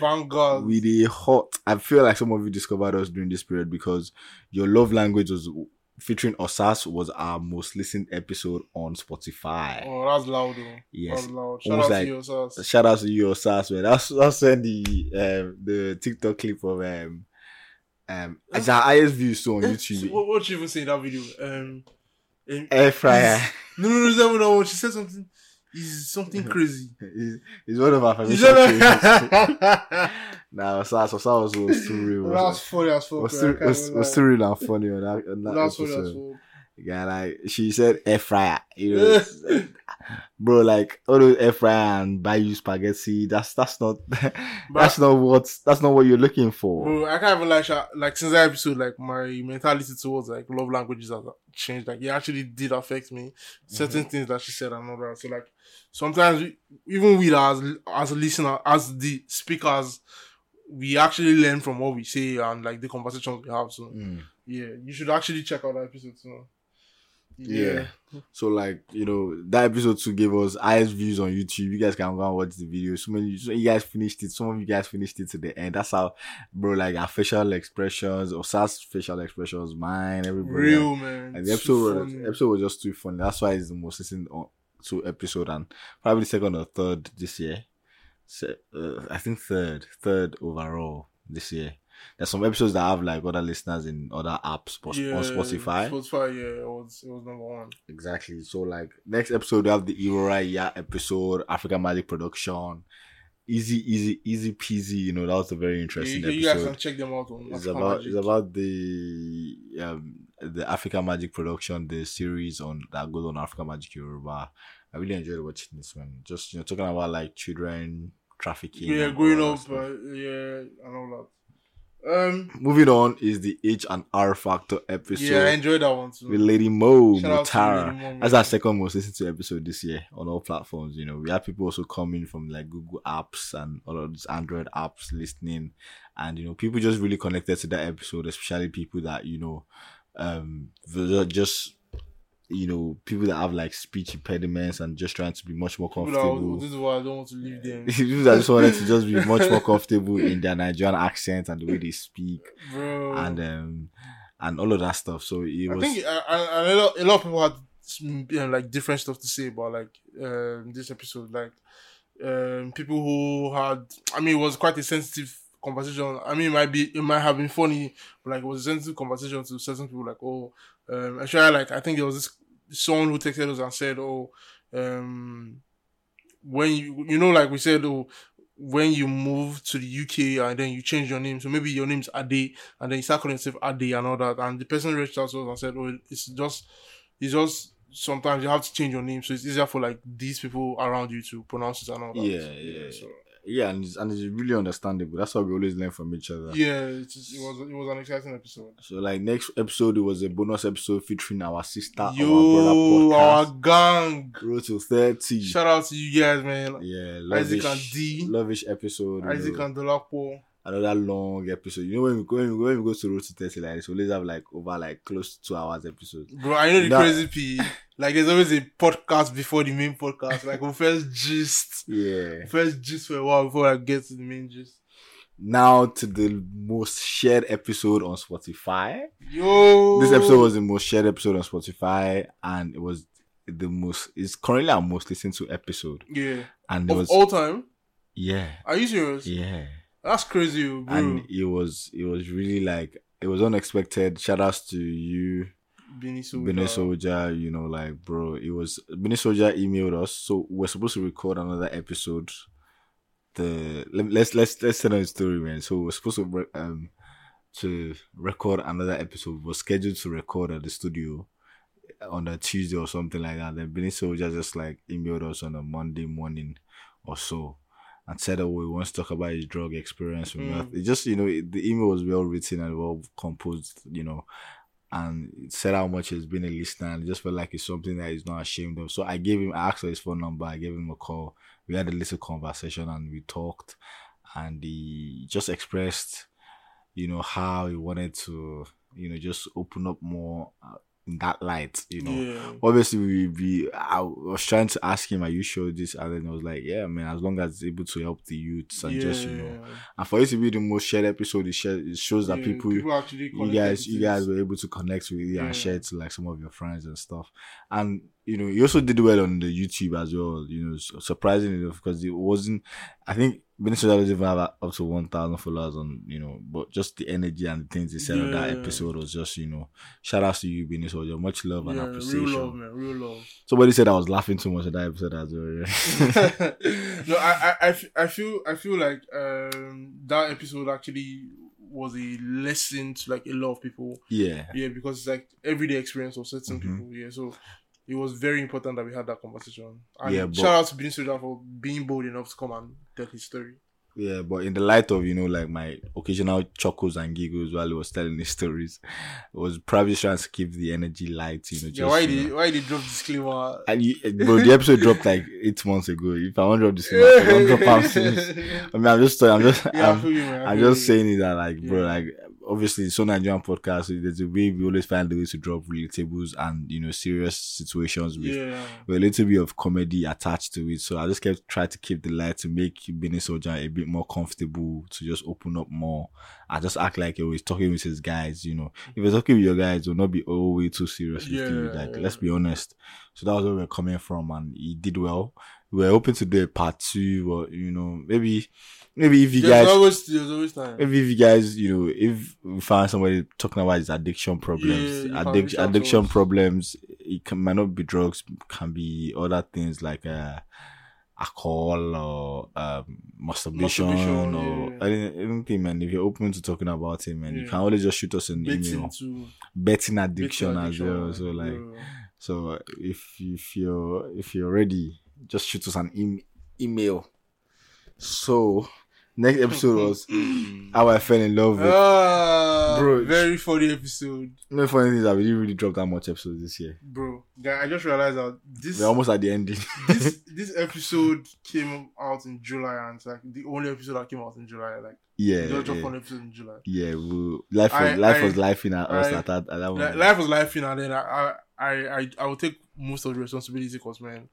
Speaker 2: back, banger.
Speaker 1: We did hot. I feel like some of you discovered us during this period because your love language was featuring Osas was our most listened episode on Spotify.
Speaker 2: Oh, um, that's loud, though.
Speaker 1: yes.
Speaker 2: That's loud. Shout
Speaker 1: Almost
Speaker 2: out
Speaker 1: like-
Speaker 2: to yourselves.
Speaker 1: Shout out to you, Osas, man. That's that's when the um, the TikTok clip of um um it's our highest views
Speaker 2: <laughs>
Speaker 1: too on YouTube.
Speaker 2: Eh,
Speaker 1: Eh.
Speaker 2: What, what she even say in that video? Um, um,
Speaker 1: Air fryer
Speaker 2: no, no, no, no, no, no. She said something. Is
Speaker 1: <laughs>
Speaker 2: something crazy.
Speaker 1: is is one of our
Speaker 2: Is
Speaker 1: favorite.
Speaker 2: <laughs> that
Speaker 1: Nah, Osas, Osas was, was too real.
Speaker 2: That's funny as fuck.
Speaker 1: was
Speaker 2: man. I
Speaker 1: still
Speaker 2: can't
Speaker 1: was,
Speaker 2: even
Speaker 1: was
Speaker 2: lie.
Speaker 1: still real and funny on that, on that
Speaker 2: That's funny as
Speaker 1: episode.
Speaker 2: fuck.
Speaker 1: Yeah, like she said air fryer, you know, bro, like all those air fryer and buy you spaghetti. That's that's not <laughs> that's not what that's not what you're looking for.
Speaker 2: Bro, I can't even lie. Sha. Like since that episode, like my mentality towards like love languages has changed. Like it actually did affect me. Certain
Speaker 1: Mm-hmm.
Speaker 2: things that she said and all that. So like sometimes we, even we that as as a listener, as the speakers, we actually learn from what we say and like the conversations we have. So
Speaker 1: Mm.
Speaker 2: yeah, you should actually check out that episode. So
Speaker 1: Yeah. So like you know that episode two gave us highest views on YouTube. You guys can go and watch the video. So many so you guys finished it. Some of you guys finished it to the end. That's how, bro. Like our facial expressions, Osas facial expressions, mine, everybody.
Speaker 2: real man.
Speaker 1: And the
Speaker 2: It's so
Speaker 1: episode was,
Speaker 2: funny.
Speaker 1: episode was just too funny. That's why it's the most listened on to episode and probably second or third this year. So, uh, I think third, third overall this year. There's some episodes that have like other listeners in other apps but
Speaker 2: Yeah,
Speaker 1: on Spotify.
Speaker 2: Spotify, yeah, it was it was number one.
Speaker 1: exactly. So like next episode we have the Irora Ya episode, African Magic Production. Easy, easy, easy peasy. You know that was a very interesting
Speaker 2: You, you guys
Speaker 1: episode
Speaker 2: can check them out on
Speaker 1: it's
Speaker 2: Africa
Speaker 1: about
Speaker 2: Magic.
Speaker 1: it's about the um the Africa Magic production, the series on that goes on Africa Magic Yoruba. I really enjoyed watching this man. Just you know, talking about like children trafficking.
Speaker 2: Yeah,
Speaker 1: and
Speaker 2: growing
Speaker 1: all that
Speaker 2: up,
Speaker 1: stuff.
Speaker 2: uh, yeah, and all Um,
Speaker 1: Moving on is the H and R Factor episode
Speaker 2: yeah, I enjoyed that one too.
Speaker 1: with Lady Mo
Speaker 2: Shout out to
Speaker 1: Mutara.
Speaker 2: Lady Mo,
Speaker 1: That's
Speaker 2: man.
Speaker 1: our second most listened to episode this year on all platforms. You know, we had people also coming from like Google apps and all of these Android apps listening. And, you know, people just really connected to that episode, especially people that, you know, um, they're just, you know, people that have like speech impediments and just trying to be much more
Speaker 2: People are-
Speaker 1: comfortable.
Speaker 2: This is why I don't want to
Speaker 1: <laughs>
Speaker 2: leave them.
Speaker 1: People that just wanted to just be much more comfortable in their Nigerian accent and the way they
Speaker 2: <laughs>
Speaker 1: speak
Speaker 2: Bro.
Speaker 1: and um and all of that stuff. So it
Speaker 2: Oh. I
Speaker 1: was
Speaker 2: think uh, uh, a, lot, a lot of people had mm, you know, like different stuff to say about like um, this episode. Like um, people who had, I mean, it was quite a sensitive conversation. I mean, it might be, it might have been funny, but like it was a sensitive conversation to certain people. Like, oh, um, actually, like I think there was this someone who texted us and said, oh, um, when you you know, like we said, oh. When you move to the UK and then you change your name, so maybe your name's Ade, and then he started calling himself Adi and all that. And the person reached out to us and said, "Oh, it's just, it's just sometimes you have to change your name, so it's easier for like these people around you to pronounce it and all that."
Speaker 1: Yeah, yeah.
Speaker 2: So,
Speaker 1: yeah, and it's, and it's really understandable. That's why we always learn from each other.
Speaker 2: yeah, it's just- it was it was an exciting episode.
Speaker 1: So like next episode it was a bonus episode featuring our sister, our
Speaker 2: Yo, our
Speaker 1: brother podcast.
Speaker 2: gang!
Speaker 1: Road to thirty.
Speaker 2: Shout out to you guys, man.
Speaker 1: yeah,
Speaker 2: Isaac
Speaker 1: lovish,
Speaker 2: and D.
Speaker 1: lovish episode. you
Speaker 2: Isaac
Speaker 1: know,
Speaker 2: and Dolapo.
Speaker 1: another long episode. You know when we go when we, when we go to Road to Thirty like this, we always have like over like close to two hours episode.
Speaker 2: Bro, I know the
Speaker 1: Nah.
Speaker 2: crazy P. Like, there's always a podcast before the main podcast. Like, we first gist,
Speaker 1: Yeah.
Speaker 2: first gist for a while before I get to the main gist.
Speaker 1: Now to the most shared episode on Spotify.
Speaker 2: Yo,
Speaker 1: This episode was the most shared episode on Spotify, and it was the most. It's currently our most listened to episode,
Speaker 2: yeah
Speaker 1: and it
Speaker 2: of
Speaker 1: was
Speaker 2: all time.
Speaker 1: yeah,
Speaker 2: Are you serious?
Speaker 1: yeah,
Speaker 2: That's crazy, oh, bro.
Speaker 1: and it was it was really like it was unexpected. Shout outs to you,
Speaker 2: Beanie Soulja.
Speaker 1: Bene Soldier. You know, like bro, it was Bene Soldier emailed us, so we're supposed to record another episode. The let, let's let's let's tell the story, man. So we're supposed to re- um to record another episode. We're scheduled to record at the studio. on a Tuesday or something like that. Then Benin Soldier just like emailed us on a Monday morning or so and said, Oh, he wants to talk about his drug experience. with meth."
Speaker 2: Mm.
Speaker 1: It just, you know, it, the email was well written and well composed, you know, and it said how much he's been a listener. And it just felt like it's something that he's not ashamed of. So I gave him, I asked for his phone number, I gave him a call. We had a little conversation and we talked, and he just expressed, you know, how he wanted to, you know, just open up more uh, in that light, you know
Speaker 2: Yeah.
Speaker 1: obviously we we I was trying to ask him, are you sure this? And then I was like, yeah, man, as long as it's able to help the youths and just you know,
Speaker 2: Yeah.
Speaker 1: and for it to be the most shared episode, it, share, it shows that
Speaker 2: Yeah,
Speaker 1: people.
Speaker 2: actually
Speaker 1: you
Speaker 2: connected
Speaker 1: guys,
Speaker 2: to
Speaker 1: you
Speaker 2: this.
Speaker 1: guys were able to connect with you
Speaker 2: Yeah.
Speaker 1: and share to like some of your friends and stuff, and you know you also did well on the YouTube as well. You know, su- surprisingly enough, because it wasn't. I think Minnesota doesn't even have uh, up to one thousand followers on you know, but just the energy and the things they said on that
Speaker 2: Yeah.
Speaker 1: episode was just you know, shout outs to you, Minnesota. Much love and
Speaker 2: Yeah,
Speaker 1: appreciation.
Speaker 2: real love, man. Real love.
Speaker 1: <laughs>
Speaker 2: <laughs>
Speaker 1: Somebody said I was laughing too much at that episode as well. Yeah.
Speaker 2: no, I, I- I, f- I feel, I feel like um, that episode actually was a lesson to like a lot of people.
Speaker 1: yeah.
Speaker 2: Yeah, because it's like everyday experience of certain
Speaker 1: Mhm.
Speaker 2: people. Yeah, so it was very important that we had that conversation. And
Speaker 1: Yeah, but-
Speaker 2: shout out to Beanie Soulja for being bold enough to come and tell his story.
Speaker 1: Yeah, but in the light of, you know, like my occasional chuckles and giggles while he was telling his stories, I was probably trying to keep the energy light, you know, just
Speaker 2: yeah, why
Speaker 1: you
Speaker 2: did
Speaker 1: know.
Speaker 2: why did drop
Speaker 1: <laughs>
Speaker 2: disclaimer?
Speaker 1: and you, eh, bro, the episode dropped like eight months ago. If I want to drop this, I don't drop out
Speaker 2: <laughs>
Speaker 1: since. I mean, I'm just, I'm just,
Speaker 2: Yeah, I
Speaker 1: I'm,
Speaker 2: feel you, man. I
Speaker 1: I'm
Speaker 2: feel
Speaker 1: just
Speaker 2: you.
Speaker 1: saying it that, like, bro,
Speaker 2: Yeah.
Speaker 1: like, obviously, it's so Nigerian podcast. so There's a way we always find a way to drop relatables and you know serious situations with
Speaker 2: Yeah.
Speaker 1: with a little bit of comedy attached to it. So I just kept trying to keep the light to make Benin Soldier a bit more comfortable to just open up more. I just act like he was talking with his guys, you know. If you're talking with your guys, do not be all way too serious with you.
Speaker 2: Yeah,
Speaker 1: Like,
Speaker 2: yeah.
Speaker 1: let's be honest. So that was where we are coming from, and he did well. We were hoping to do a part two, or you know, maybe, maybe if you
Speaker 2: There's
Speaker 1: guys.
Speaker 2: always there's always time.
Speaker 1: Maybe if you guys, you know, if we find somebody talking about his addiction problems,
Speaker 2: Yeah, you can reach
Speaker 1: addic-
Speaker 2: out to
Speaker 1: addiction
Speaker 2: us.
Speaker 1: problems, it can, might not be drugs, can be other things like uh, alcohol or um, masturbation,
Speaker 2: Masturbation,
Speaker 1: or
Speaker 2: yeah.
Speaker 1: any- anything, man. If you're open to talking about it, man, you
Speaker 2: Yeah.
Speaker 1: can always just shoot us an
Speaker 2: Betting
Speaker 1: email.
Speaker 2: to
Speaker 1: Betting addiction,
Speaker 2: betting
Speaker 1: as well. So like,
Speaker 2: yeah.
Speaker 1: so if if you're if you're ready, just shoot us an em- email. e-, So Next
Speaker 2: <laughs>
Speaker 1: episode was <clears throat> how I fell in love
Speaker 2: Uh.
Speaker 1: with.
Speaker 2: Ah,
Speaker 1: Bro,
Speaker 2: very funny episode,
Speaker 1: No funny thing is that we didn't really drop that much episodes this year.
Speaker 2: bro. Guy, I just realized that this
Speaker 1: We're almost at the
Speaker 2: <laughs>
Speaker 1: ending. <laughs>
Speaker 2: this this episode came out in July, and it's like the only episode that came out in July. Like,
Speaker 1: yeah,
Speaker 2: just dropped
Speaker 1: yeah,
Speaker 2: one episode in July.
Speaker 1: yeah. We, life was
Speaker 2: I-
Speaker 1: life
Speaker 2: I-
Speaker 1: was laughing at us
Speaker 2: I-
Speaker 1: at that at that
Speaker 2: Li-
Speaker 1: moment.
Speaker 2: Life was life, you know. and Then I, I, I, I- I will take most of the responsibility because man,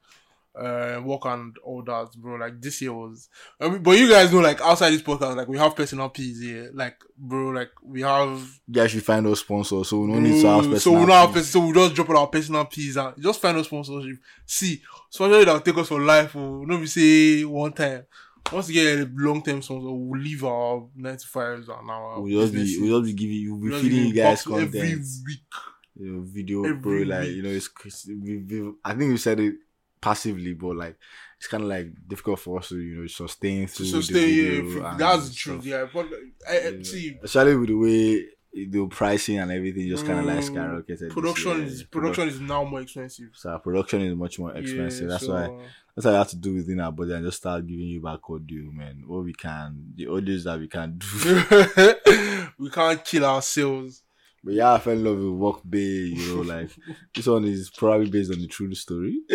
Speaker 2: uh, work and all that, bro. Like this year was, I mean, but you guys know, like outside this podcast, like we have personal P's here, like bro, like we have,
Speaker 1: you guys should find those sponsors, so we don't need to have
Speaker 2: bro,
Speaker 1: personal.
Speaker 2: Mm, so we don't have,
Speaker 1: things.
Speaker 2: pers- so we just drop all our personal P's and just find us sponsorship. See, sponsorship that will take us for life. Oh, no, we say one time. Once you get a long term sponsor, we'll leave our 95s and our
Speaker 1: We'll just be
Speaker 2: businesses.
Speaker 1: we'll just be giving you we'll
Speaker 2: We'll
Speaker 1: be
Speaker 2: just
Speaker 1: feeding
Speaker 2: be
Speaker 1: you guys
Speaker 2: box
Speaker 1: content.
Speaker 2: every week.
Speaker 1: you know, video,
Speaker 2: Every
Speaker 1: bro. Like
Speaker 2: week.
Speaker 1: you know, it's it's- we, we, I think we said it passively, but like it's kind of like difficult for us to you know sustain
Speaker 2: to
Speaker 1: through. the
Speaker 2: sustain
Speaker 1: video
Speaker 2: yeah,
Speaker 1: and
Speaker 2: that's the
Speaker 1: stuff.
Speaker 2: truth yeah but I, I,
Speaker 1: Yeah.
Speaker 2: see
Speaker 1: Especially with the way the pricing and everything just kind of like
Speaker 2: Mm,
Speaker 1: skyrocketed. this
Speaker 2: production
Speaker 1: year.
Speaker 2: is production is now more expensive
Speaker 1: So our production is much more expensive.
Speaker 2: Yeah,
Speaker 1: that's
Speaker 2: so,
Speaker 1: why that's why we have to do within our budget and just start giving you back what due, man. What we can, the audios that we can do. <laughs>
Speaker 2: <laughs> we can't kill ourselves
Speaker 1: but yeah, I fell in love with Walk Bay. You know,
Speaker 2: <laughs>
Speaker 1: like this one is probably based on the true story. <laughs>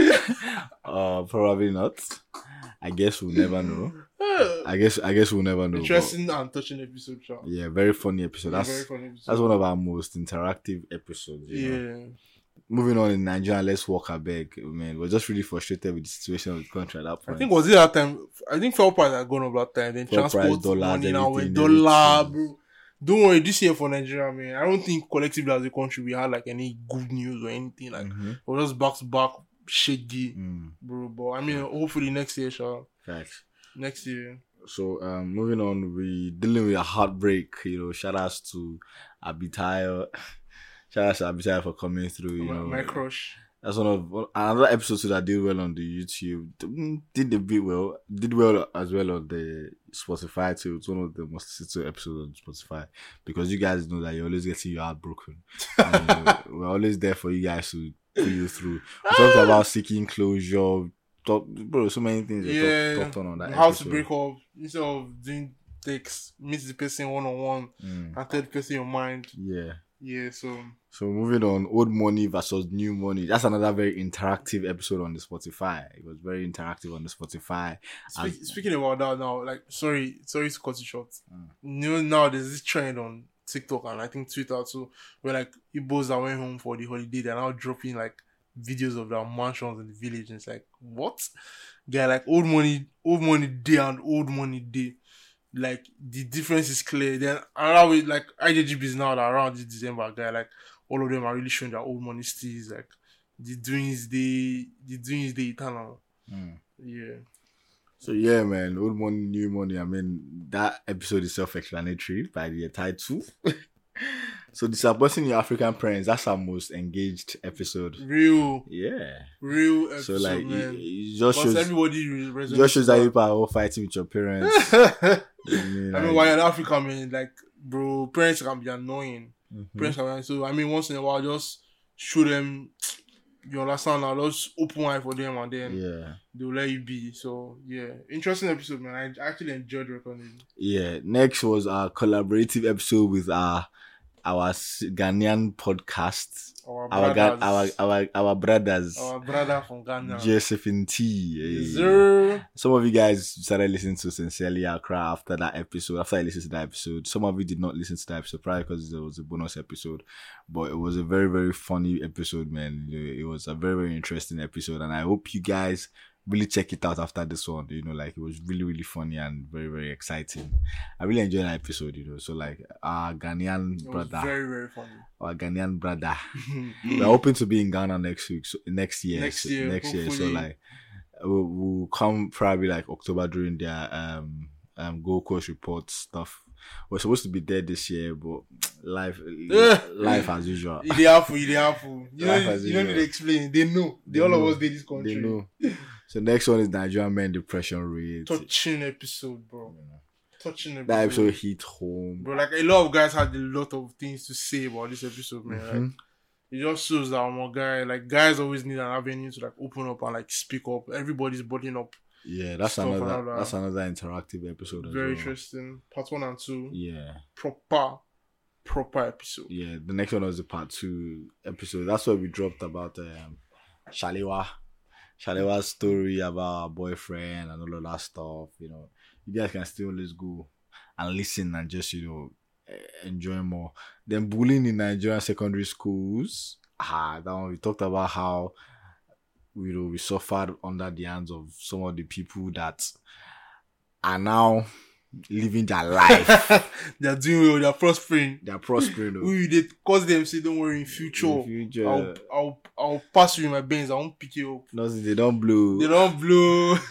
Speaker 1: uh, probably not. I guess we'll never know.
Speaker 2: Ah,
Speaker 1: I guess I guess we'll never know. but
Speaker 2: interesting and touching episode sha.
Speaker 1: yeah, very funny episode. That's
Speaker 2: Very funny episode.
Speaker 1: that's one of our most interactive episodes. You know?
Speaker 2: yeah
Speaker 1: moving on in Nigeria, let's walk her back. Man, we're just really frustrated with the situation of the country at that
Speaker 2: I
Speaker 1: point.
Speaker 2: think was it that time I think fuel price had gone up that time then
Speaker 1: Fuel price,
Speaker 2: transport
Speaker 1: dollars,
Speaker 2: money now with
Speaker 1: everything,
Speaker 2: dollar
Speaker 1: everything.
Speaker 2: bro don't worry this year for Nigeria man I don't think collectively as a country we had like any good news or anything like
Speaker 1: Mhm.
Speaker 2: we're just back to back shady
Speaker 1: Mm,
Speaker 2: bro. But I mean, hopefully next year, sure.
Speaker 1: facts.
Speaker 2: Next year,
Speaker 1: So um, moving on, we dealing with a heartbreak. You know, shout outs to Abitayo. <laughs> Shout outs to Abitayo for coming through. You
Speaker 2: my,
Speaker 1: know,
Speaker 2: my crush.
Speaker 1: that's one of one- another episode too that did well on the YouTube. Mm, Did a bit well. Did well as well on the Spotify too. It's one of the most listened to episodes on Spotify because you guys know that you're always getting your heart broken. And, you know, <laughs> we're always there for you guys to pull you through. We talked
Speaker 2: Ah.
Speaker 1: about seeking closure. Talk, bro, so many things. were
Speaker 2: Yeah.
Speaker 1: talked, talked on, on that
Speaker 2: How
Speaker 1: episode.
Speaker 2: to break up instead of doing text, meet the person one on one
Speaker 1: Mm,
Speaker 2: and tell the person your mind.
Speaker 1: yeah.
Speaker 2: Yeah, so
Speaker 1: So moving on, old money versus new money. That's another very interactive episode on the Spotify. It was very interactive on the Spotify.
Speaker 2: speak, speaking about that now, like sorry, sorry to cut it short.
Speaker 1: Mm.
Speaker 2: You know, now there's this trend on TikTok and I think Twitter too, where like Igbos that went home for the holiday, they're now dropping like videos of their mansions in the village, and it's like what? They're like old money, old money day and old money day. Like the difference is clear. Then another way, like IJGB is now around this December guy. Like all of them are really showing their old money steals. Like the doings day, the doings day eternal.
Speaker 1: Mm.
Speaker 2: Yeah.
Speaker 1: So yeah, man, old money, new money. I mean, that episode is self-explanatory by the title. <laughs> so disappointing your African parents. That's our most engaged episode.
Speaker 2: Real,
Speaker 1: Yeah.
Speaker 2: real episode,
Speaker 1: so like, it,
Speaker 2: man.
Speaker 1: it just
Speaker 2: Because
Speaker 1: shows,
Speaker 2: everybody
Speaker 1: it
Speaker 2: resonates
Speaker 1: just shows that
Speaker 2: <laughs> with
Speaker 1: people are all fighting with your
Speaker 2: <laughs>
Speaker 1: parents.
Speaker 2: that.
Speaker 1: I mean,
Speaker 2: I mean, while in Africa, man, like, bro, parents can be annoying.
Speaker 1: Mhm.
Speaker 2: Parents can be annoying. So, I mean, once in a while, just show them, you understand, now just open eye for them and then
Speaker 1: Yeah.
Speaker 2: they'll let you be. So, yeah, interesting episode, man. I actually enjoyed recording.
Speaker 1: Yeah. Next was our collaborative episode with our our S- Ghanaian podcast.
Speaker 2: Our
Speaker 1: Our,
Speaker 2: brothers,
Speaker 1: Ga- our our our brothers.
Speaker 2: our brother from Ghana.
Speaker 1: Josephine T.
Speaker 2: Yes,
Speaker 1: eh.
Speaker 2: sir.
Speaker 1: Some of you guys started listening to Sincerely Accra after that episode, after I listened to that episode. Some of you did not listen to that episode probably because it was a bonus episode. But it was a very, very funny episode, man. You know, It was a very, very interesting episode. And I hope you guys really check it out after this one. You know, like it was really, really funny and very, very exciting. I really enjoyed that episode, you know. So, like, our Ghanaian
Speaker 2: It was
Speaker 1: brother,
Speaker 2: very, very
Speaker 1: our Ghanaian brother <laughs>
Speaker 2: funny.
Speaker 1: we're hoping to be in Ghana next week, so, next year,
Speaker 2: Next
Speaker 1: so-
Speaker 2: year,
Speaker 1: next year. So
Speaker 2: hopefully.
Speaker 1: like, we'll, we'll come probably like October during their um um Gold Coast report stuff. We're supposed to be there this year, but
Speaker 2: <laughs>
Speaker 1: life life as usual.
Speaker 2: They helpful, they helpful. You
Speaker 1: Life
Speaker 2: know,
Speaker 1: as
Speaker 2: you don't need
Speaker 1: usual.
Speaker 2: to explain. They know. They,
Speaker 1: They
Speaker 2: all
Speaker 1: know.
Speaker 2: of us did this country.
Speaker 1: They know. So next one is Nigerian men depression rate.
Speaker 2: Touching episode,
Speaker 1: You
Speaker 2: bro.
Speaker 1: know.
Speaker 2: Touching episode.
Speaker 1: That episode hit home.
Speaker 2: Bro, like a lot of guys had a lot of things to say about this episode, man. Like,
Speaker 1: Mhm.
Speaker 2: it just shows that I'm a guy. Like guys always need an avenue to like open up and like speak up. Everybody's bottling up
Speaker 1: Yeah, that's
Speaker 2: Stuff
Speaker 1: another
Speaker 2: around that.
Speaker 1: that's another interactive episode. as
Speaker 2: Very
Speaker 1: well.
Speaker 2: interesting. Part one and two.
Speaker 1: Yeah,
Speaker 2: Proper, proper episode.
Speaker 1: yeah. The next one was the part two episode. That's where we dropped about um, Shalewa, Shalewa's story about her boyfriend and all of that stuff. You know, you guys can still let's go and listen and just you know eh, enjoy more. Then bullying in Nigerian secondary schools. Ah, that one we talked about how you know we suffered under the hands of some of the people that are now living their
Speaker 2: <laughs>
Speaker 1: life.
Speaker 2: they're doing well. They're prospering.
Speaker 1: They're prospering. oh.
Speaker 2: We did cause them say, "Don't worry, in future,
Speaker 1: In future,
Speaker 2: I'll, I'll, I'll pass you in my veins. I won't pick you up.
Speaker 1: nothing they don't blow.
Speaker 2: They don't blow." <laughs>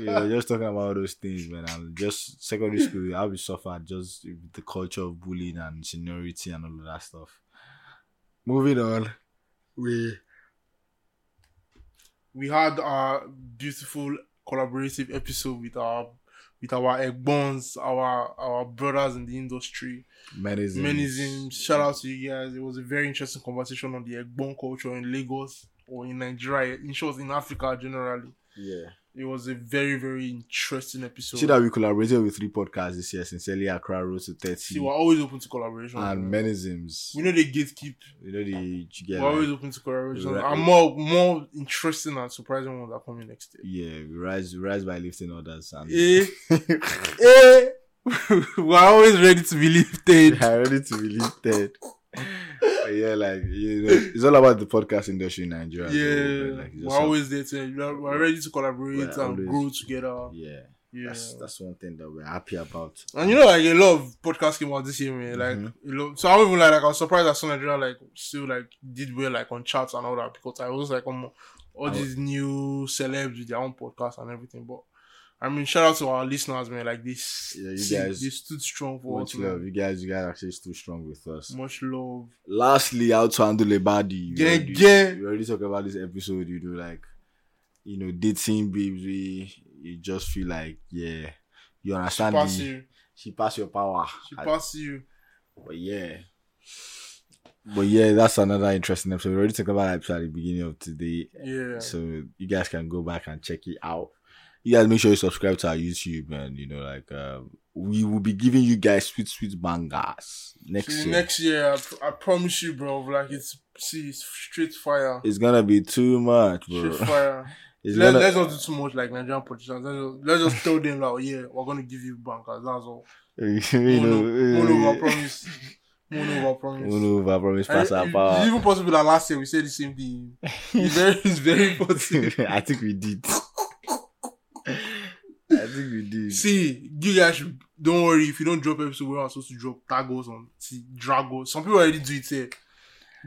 Speaker 1: yeah, just talking about those things, man. And just secondary school, how we suffered just with the culture of bullying and seniority and all of that stuff. Moving on, we
Speaker 2: we had our beautiful collaborative episode with our with our egbons, our our brothers in the industry.
Speaker 1: menizim.
Speaker 2: Menizim, shout out to you guys. It was a very interesting conversation on the egbon culture in Lagos or in Nigeria, in short, in Africa generally.
Speaker 1: Yeah.
Speaker 2: It was a very very interesting
Speaker 1: See
Speaker 2: episode.
Speaker 1: that we collaborated with three podcasts this year, Sincerely Accra Road to
Speaker 2: See,
Speaker 1: 30
Speaker 2: we're always open to collaboration.
Speaker 1: and Menizims.
Speaker 2: we know they gatekeep.
Speaker 1: You know, the
Speaker 2: we're
Speaker 1: together.
Speaker 2: always open to collaboration.
Speaker 1: Right.
Speaker 2: And more more interesting and surprising ones are coming next year.
Speaker 1: Yeah, we rise, we rise by lifting others. And
Speaker 2: Eh,
Speaker 1: <laughs>
Speaker 2: eh, <laughs> we're always ready to be lifted.
Speaker 1: <laughs> I ready to be lifted. But yeah, like you know, it's all about the podcast industry in Nigeria.
Speaker 2: Yeah,
Speaker 1: so, like, it's just
Speaker 2: we're
Speaker 1: some-
Speaker 2: always there to we're, we're ready to collaborate
Speaker 1: We're
Speaker 2: and
Speaker 1: always-
Speaker 2: grow together.
Speaker 1: yeah.
Speaker 2: Yeah.
Speaker 1: That's that's one thing that we're happy about.
Speaker 2: and you know, like a lot of podcasts came out this year, man. Like,
Speaker 1: Mhm.
Speaker 2: you know, so I'm even like, like I was surprised that Sun Nigeria like still like did well like on charts and all that because I was like, um, all
Speaker 1: I-
Speaker 2: these new celebs with their own podcast and everything. But I mean, shout out to our listeners, man. Like this,
Speaker 1: Yeah, you guys-
Speaker 2: they stood strong for
Speaker 1: much
Speaker 2: us.
Speaker 1: love,
Speaker 2: man.
Speaker 1: you guys. You guys actually still strong with us.
Speaker 2: Much love.
Speaker 1: Lastly, how to handle a body. We
Speaker 2: Yeah,
Speaker 1: already-
Speaker 2: yeah.
Speaker 1: We already talked about this episode. You do like, you know, dating babes. We you just feel like yeah, you understand.
Speaker 2: Pass
Speaker 1: the-
Speaker 2: you.
Speaker 1: she passed your power.
Speaker 2: She
Speaker 1: I-
Speaker 2: pass you.
Speaker 1: But yeah. But yeah, that's another interesting episode. We already talked about that episode at the beginning of today.
Speaker 2: Yeah.
Speaker 1: So you guys can go back and check it out. You guys make sure you subscribe to our YouTube and you know, like um, we will be giving you guys sweet, sweet bangers next
Speaker 2: See,
Speaker 1: year.
Speaker 2: next year, I, pr- I promise you, bro. Like it's see, it's straight fire,
Speaker 1: it's gonna be too much, bro.
Speaker 2: straight fire.
Speaker 1: It's
Speaker 2: Let,
Speaker 1: gonna- <laughs>
Speaker 2: Let's not do too much like Nigerian politicians. Let's just, let's just tell them like, yeah, we're gonna give you bankers. That's all.
Speaker 1: you know,
Speaker 2: Moon over
Speaker 1: eh,
Speaker 2: promise.
Speaker 1: <laughs>
Speaker 2: Moon over promise.
Speaker 1: moon over promise,
Speaker 2: And
Speaker 1: pass
Speaker 2: it-
Speaker 1: our
Speaker 2: It's
Speaker 1: power.
Speaker 2: even possible that last year we said the same thing. It's very,
Speaker 1: <laughs>
Speaker 2: it's very possible.
Speaker 1: I think we
Speaker 2: <laughs>
Speaker 1: did. I think we did.
Speaker 2: See, you guys should don't worry if you don't drop episode where I'm supposed to drop tagos on. See, Dragos. Some people already do it here.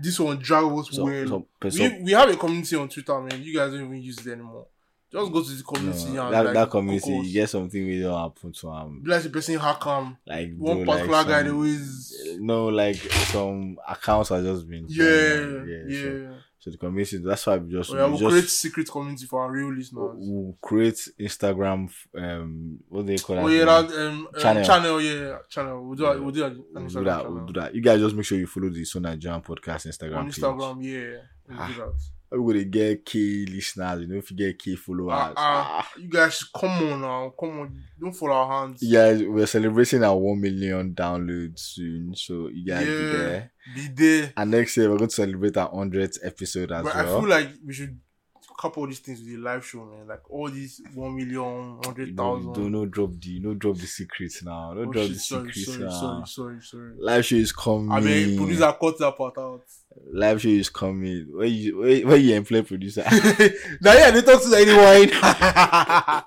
Speaker 2: This one, Dragos,
Speaker 1: So-
Speaker 2: well.
Speaker 1: so- so-
Speaker 2: we, we have a community on Twitter, man. You guys don't even use it anymore. Just go to the community
Speaker 1: No,
Speaker 2: and
Speaker 1: that,
Speaker 2: like,
Speaker 1: that community,
Speaker 2: cook us.
Speaker 1: you get something we don't happen to um,
Speaker 2: Be like the person hack 'em.
Speaker 1: like bro,
Speaker 2: One
Speaker 1: like
Speaker 2: particular guy, they
Speaker 1: some-
Speaker 2: always
Speaker 1: no, like some accounts are just being
Speaker 2: yeah,
Speaker 1: banned,
Speaker 2: yeah.
Speaker 1: like, So, so the community, that's why we just Oh,
Speaker 2: Oh, yeah,
Speaker 1: we
Speaker 2: we'll create
Speaker 1: just
Speaker 2: secret community for our real listeners.
Speaker 1: we'll create Instagram, f- um, what do they call
Speaker 2: oh yeah,
Speaker 1: thing?
Speaker 2: that um, um,
Speaker 1: Channel.
Speaker 2: channel. yeah, channel. We'll do that. We'll do that. on
Speaker 1: We'll do that.
Speaker 2: Instagram channel.
Speaker 1: We'll do that. You guys just make sure you follow the So Nigerian Podcast Instagram
Speaker 2: on
Speaker 1: page.
Speaker 2: Instagram, yeah. We'll
Speaker 1: Ah.
Speaker 2: do that.
Speaker 1: We're gonna get key listeners. You know, if you get key followers,
Speaker 2: Ah, ah,
Speaker 1: ah.
Speaker 2: you guys, should come on now, come on! Don't fall our hands.
Speaker 1: yeah, we're celebrating our one million downloads soon. So you guys be
Speaker 2: Yeah.
Speaker 1: there.
Speaker 2: Be there.
Speaker 1: And next year we're going to celebrate our hundredth episode as
Speaker 2: But I
Speaker 1: well.
Speaker 2: feel like we should couple these things with a live show, man. Like all these one million,
Speaker 1: You
Speaker 2: hundred
Speaker 1: know, you
Speaker 2: thousand.
Speaker 1: don't no drop the no drop the secrets now. No
Speaker 2: Oh,
Speaker 1: drop
Speaker 2: shit,
Speaker 1: the
Speaker 2: sorry,
Speaker 1: secrets ah.
Speaker 2: sorry,
Speaker 1: now.
Speaker 2: sorry, sorry, sorry.
Speaker 1: Live show is coming.
Speaker 2: I mean, producer cut that part out.
Speaker 1: Live show is coming. Where you where, where you employ producer? <laughs>
Speaker 2: now, yeah, they talk to anyone. <laughs>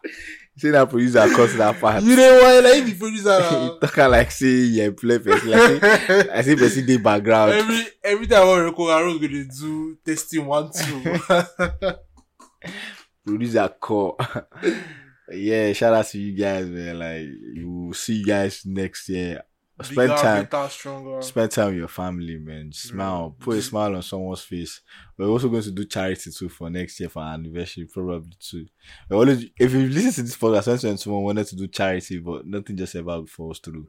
Speaker 1: say that producer across that
Speaker 2: <laughs>
Speaker 1: part. <laughs>
Speaker 2: you know why? Like, if you
Speaker 1: You <laughs>
Speaker 2: producer.
Speaker 1: talk am like say you employ person. Like, say-
Speaker 2: now-
Speaker 1: I see person dey
Speaker 2: <laughs>
Speaker 1: background.
Speaker 2: uh, every every time I record, I was gonna do testing
Speaker 1: <laughs>
Speaker 2: one two.
Speaker 1: Producer call. <laughs> yeah, shout out to you guys, man. Like you see you guys next year. Spend
Speaker 2: Bigger,
Speaker 1: time.
Speaker 2: better, stronger.
Speaker 1: Spend time with your family, man. Smile.
Speaker 2: Yeah.
Speaker 1: Put a
Speaker 2: Just-
Speaker 1: smile on someone's face. We're also going to do charity too for next year for our anniversary, probably too. We always, if you listen to this podcast, sometimes someone wanted to do charity, but nothing just ever falls through.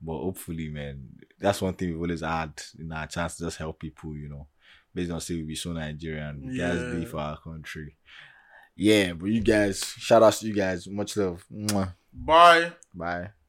Speaker 1: But hopefully, man, that's one thing we've always had in our chance to just help people, you know. Based on say we be so Nigerian, we guys
Speaker 2: Yeah.
Speaker 1: do for our country. yeah, but you guys, shout outs to you guys. Much love. Mwah.
Speaker 2: Bye.
Speaker 1: Bye.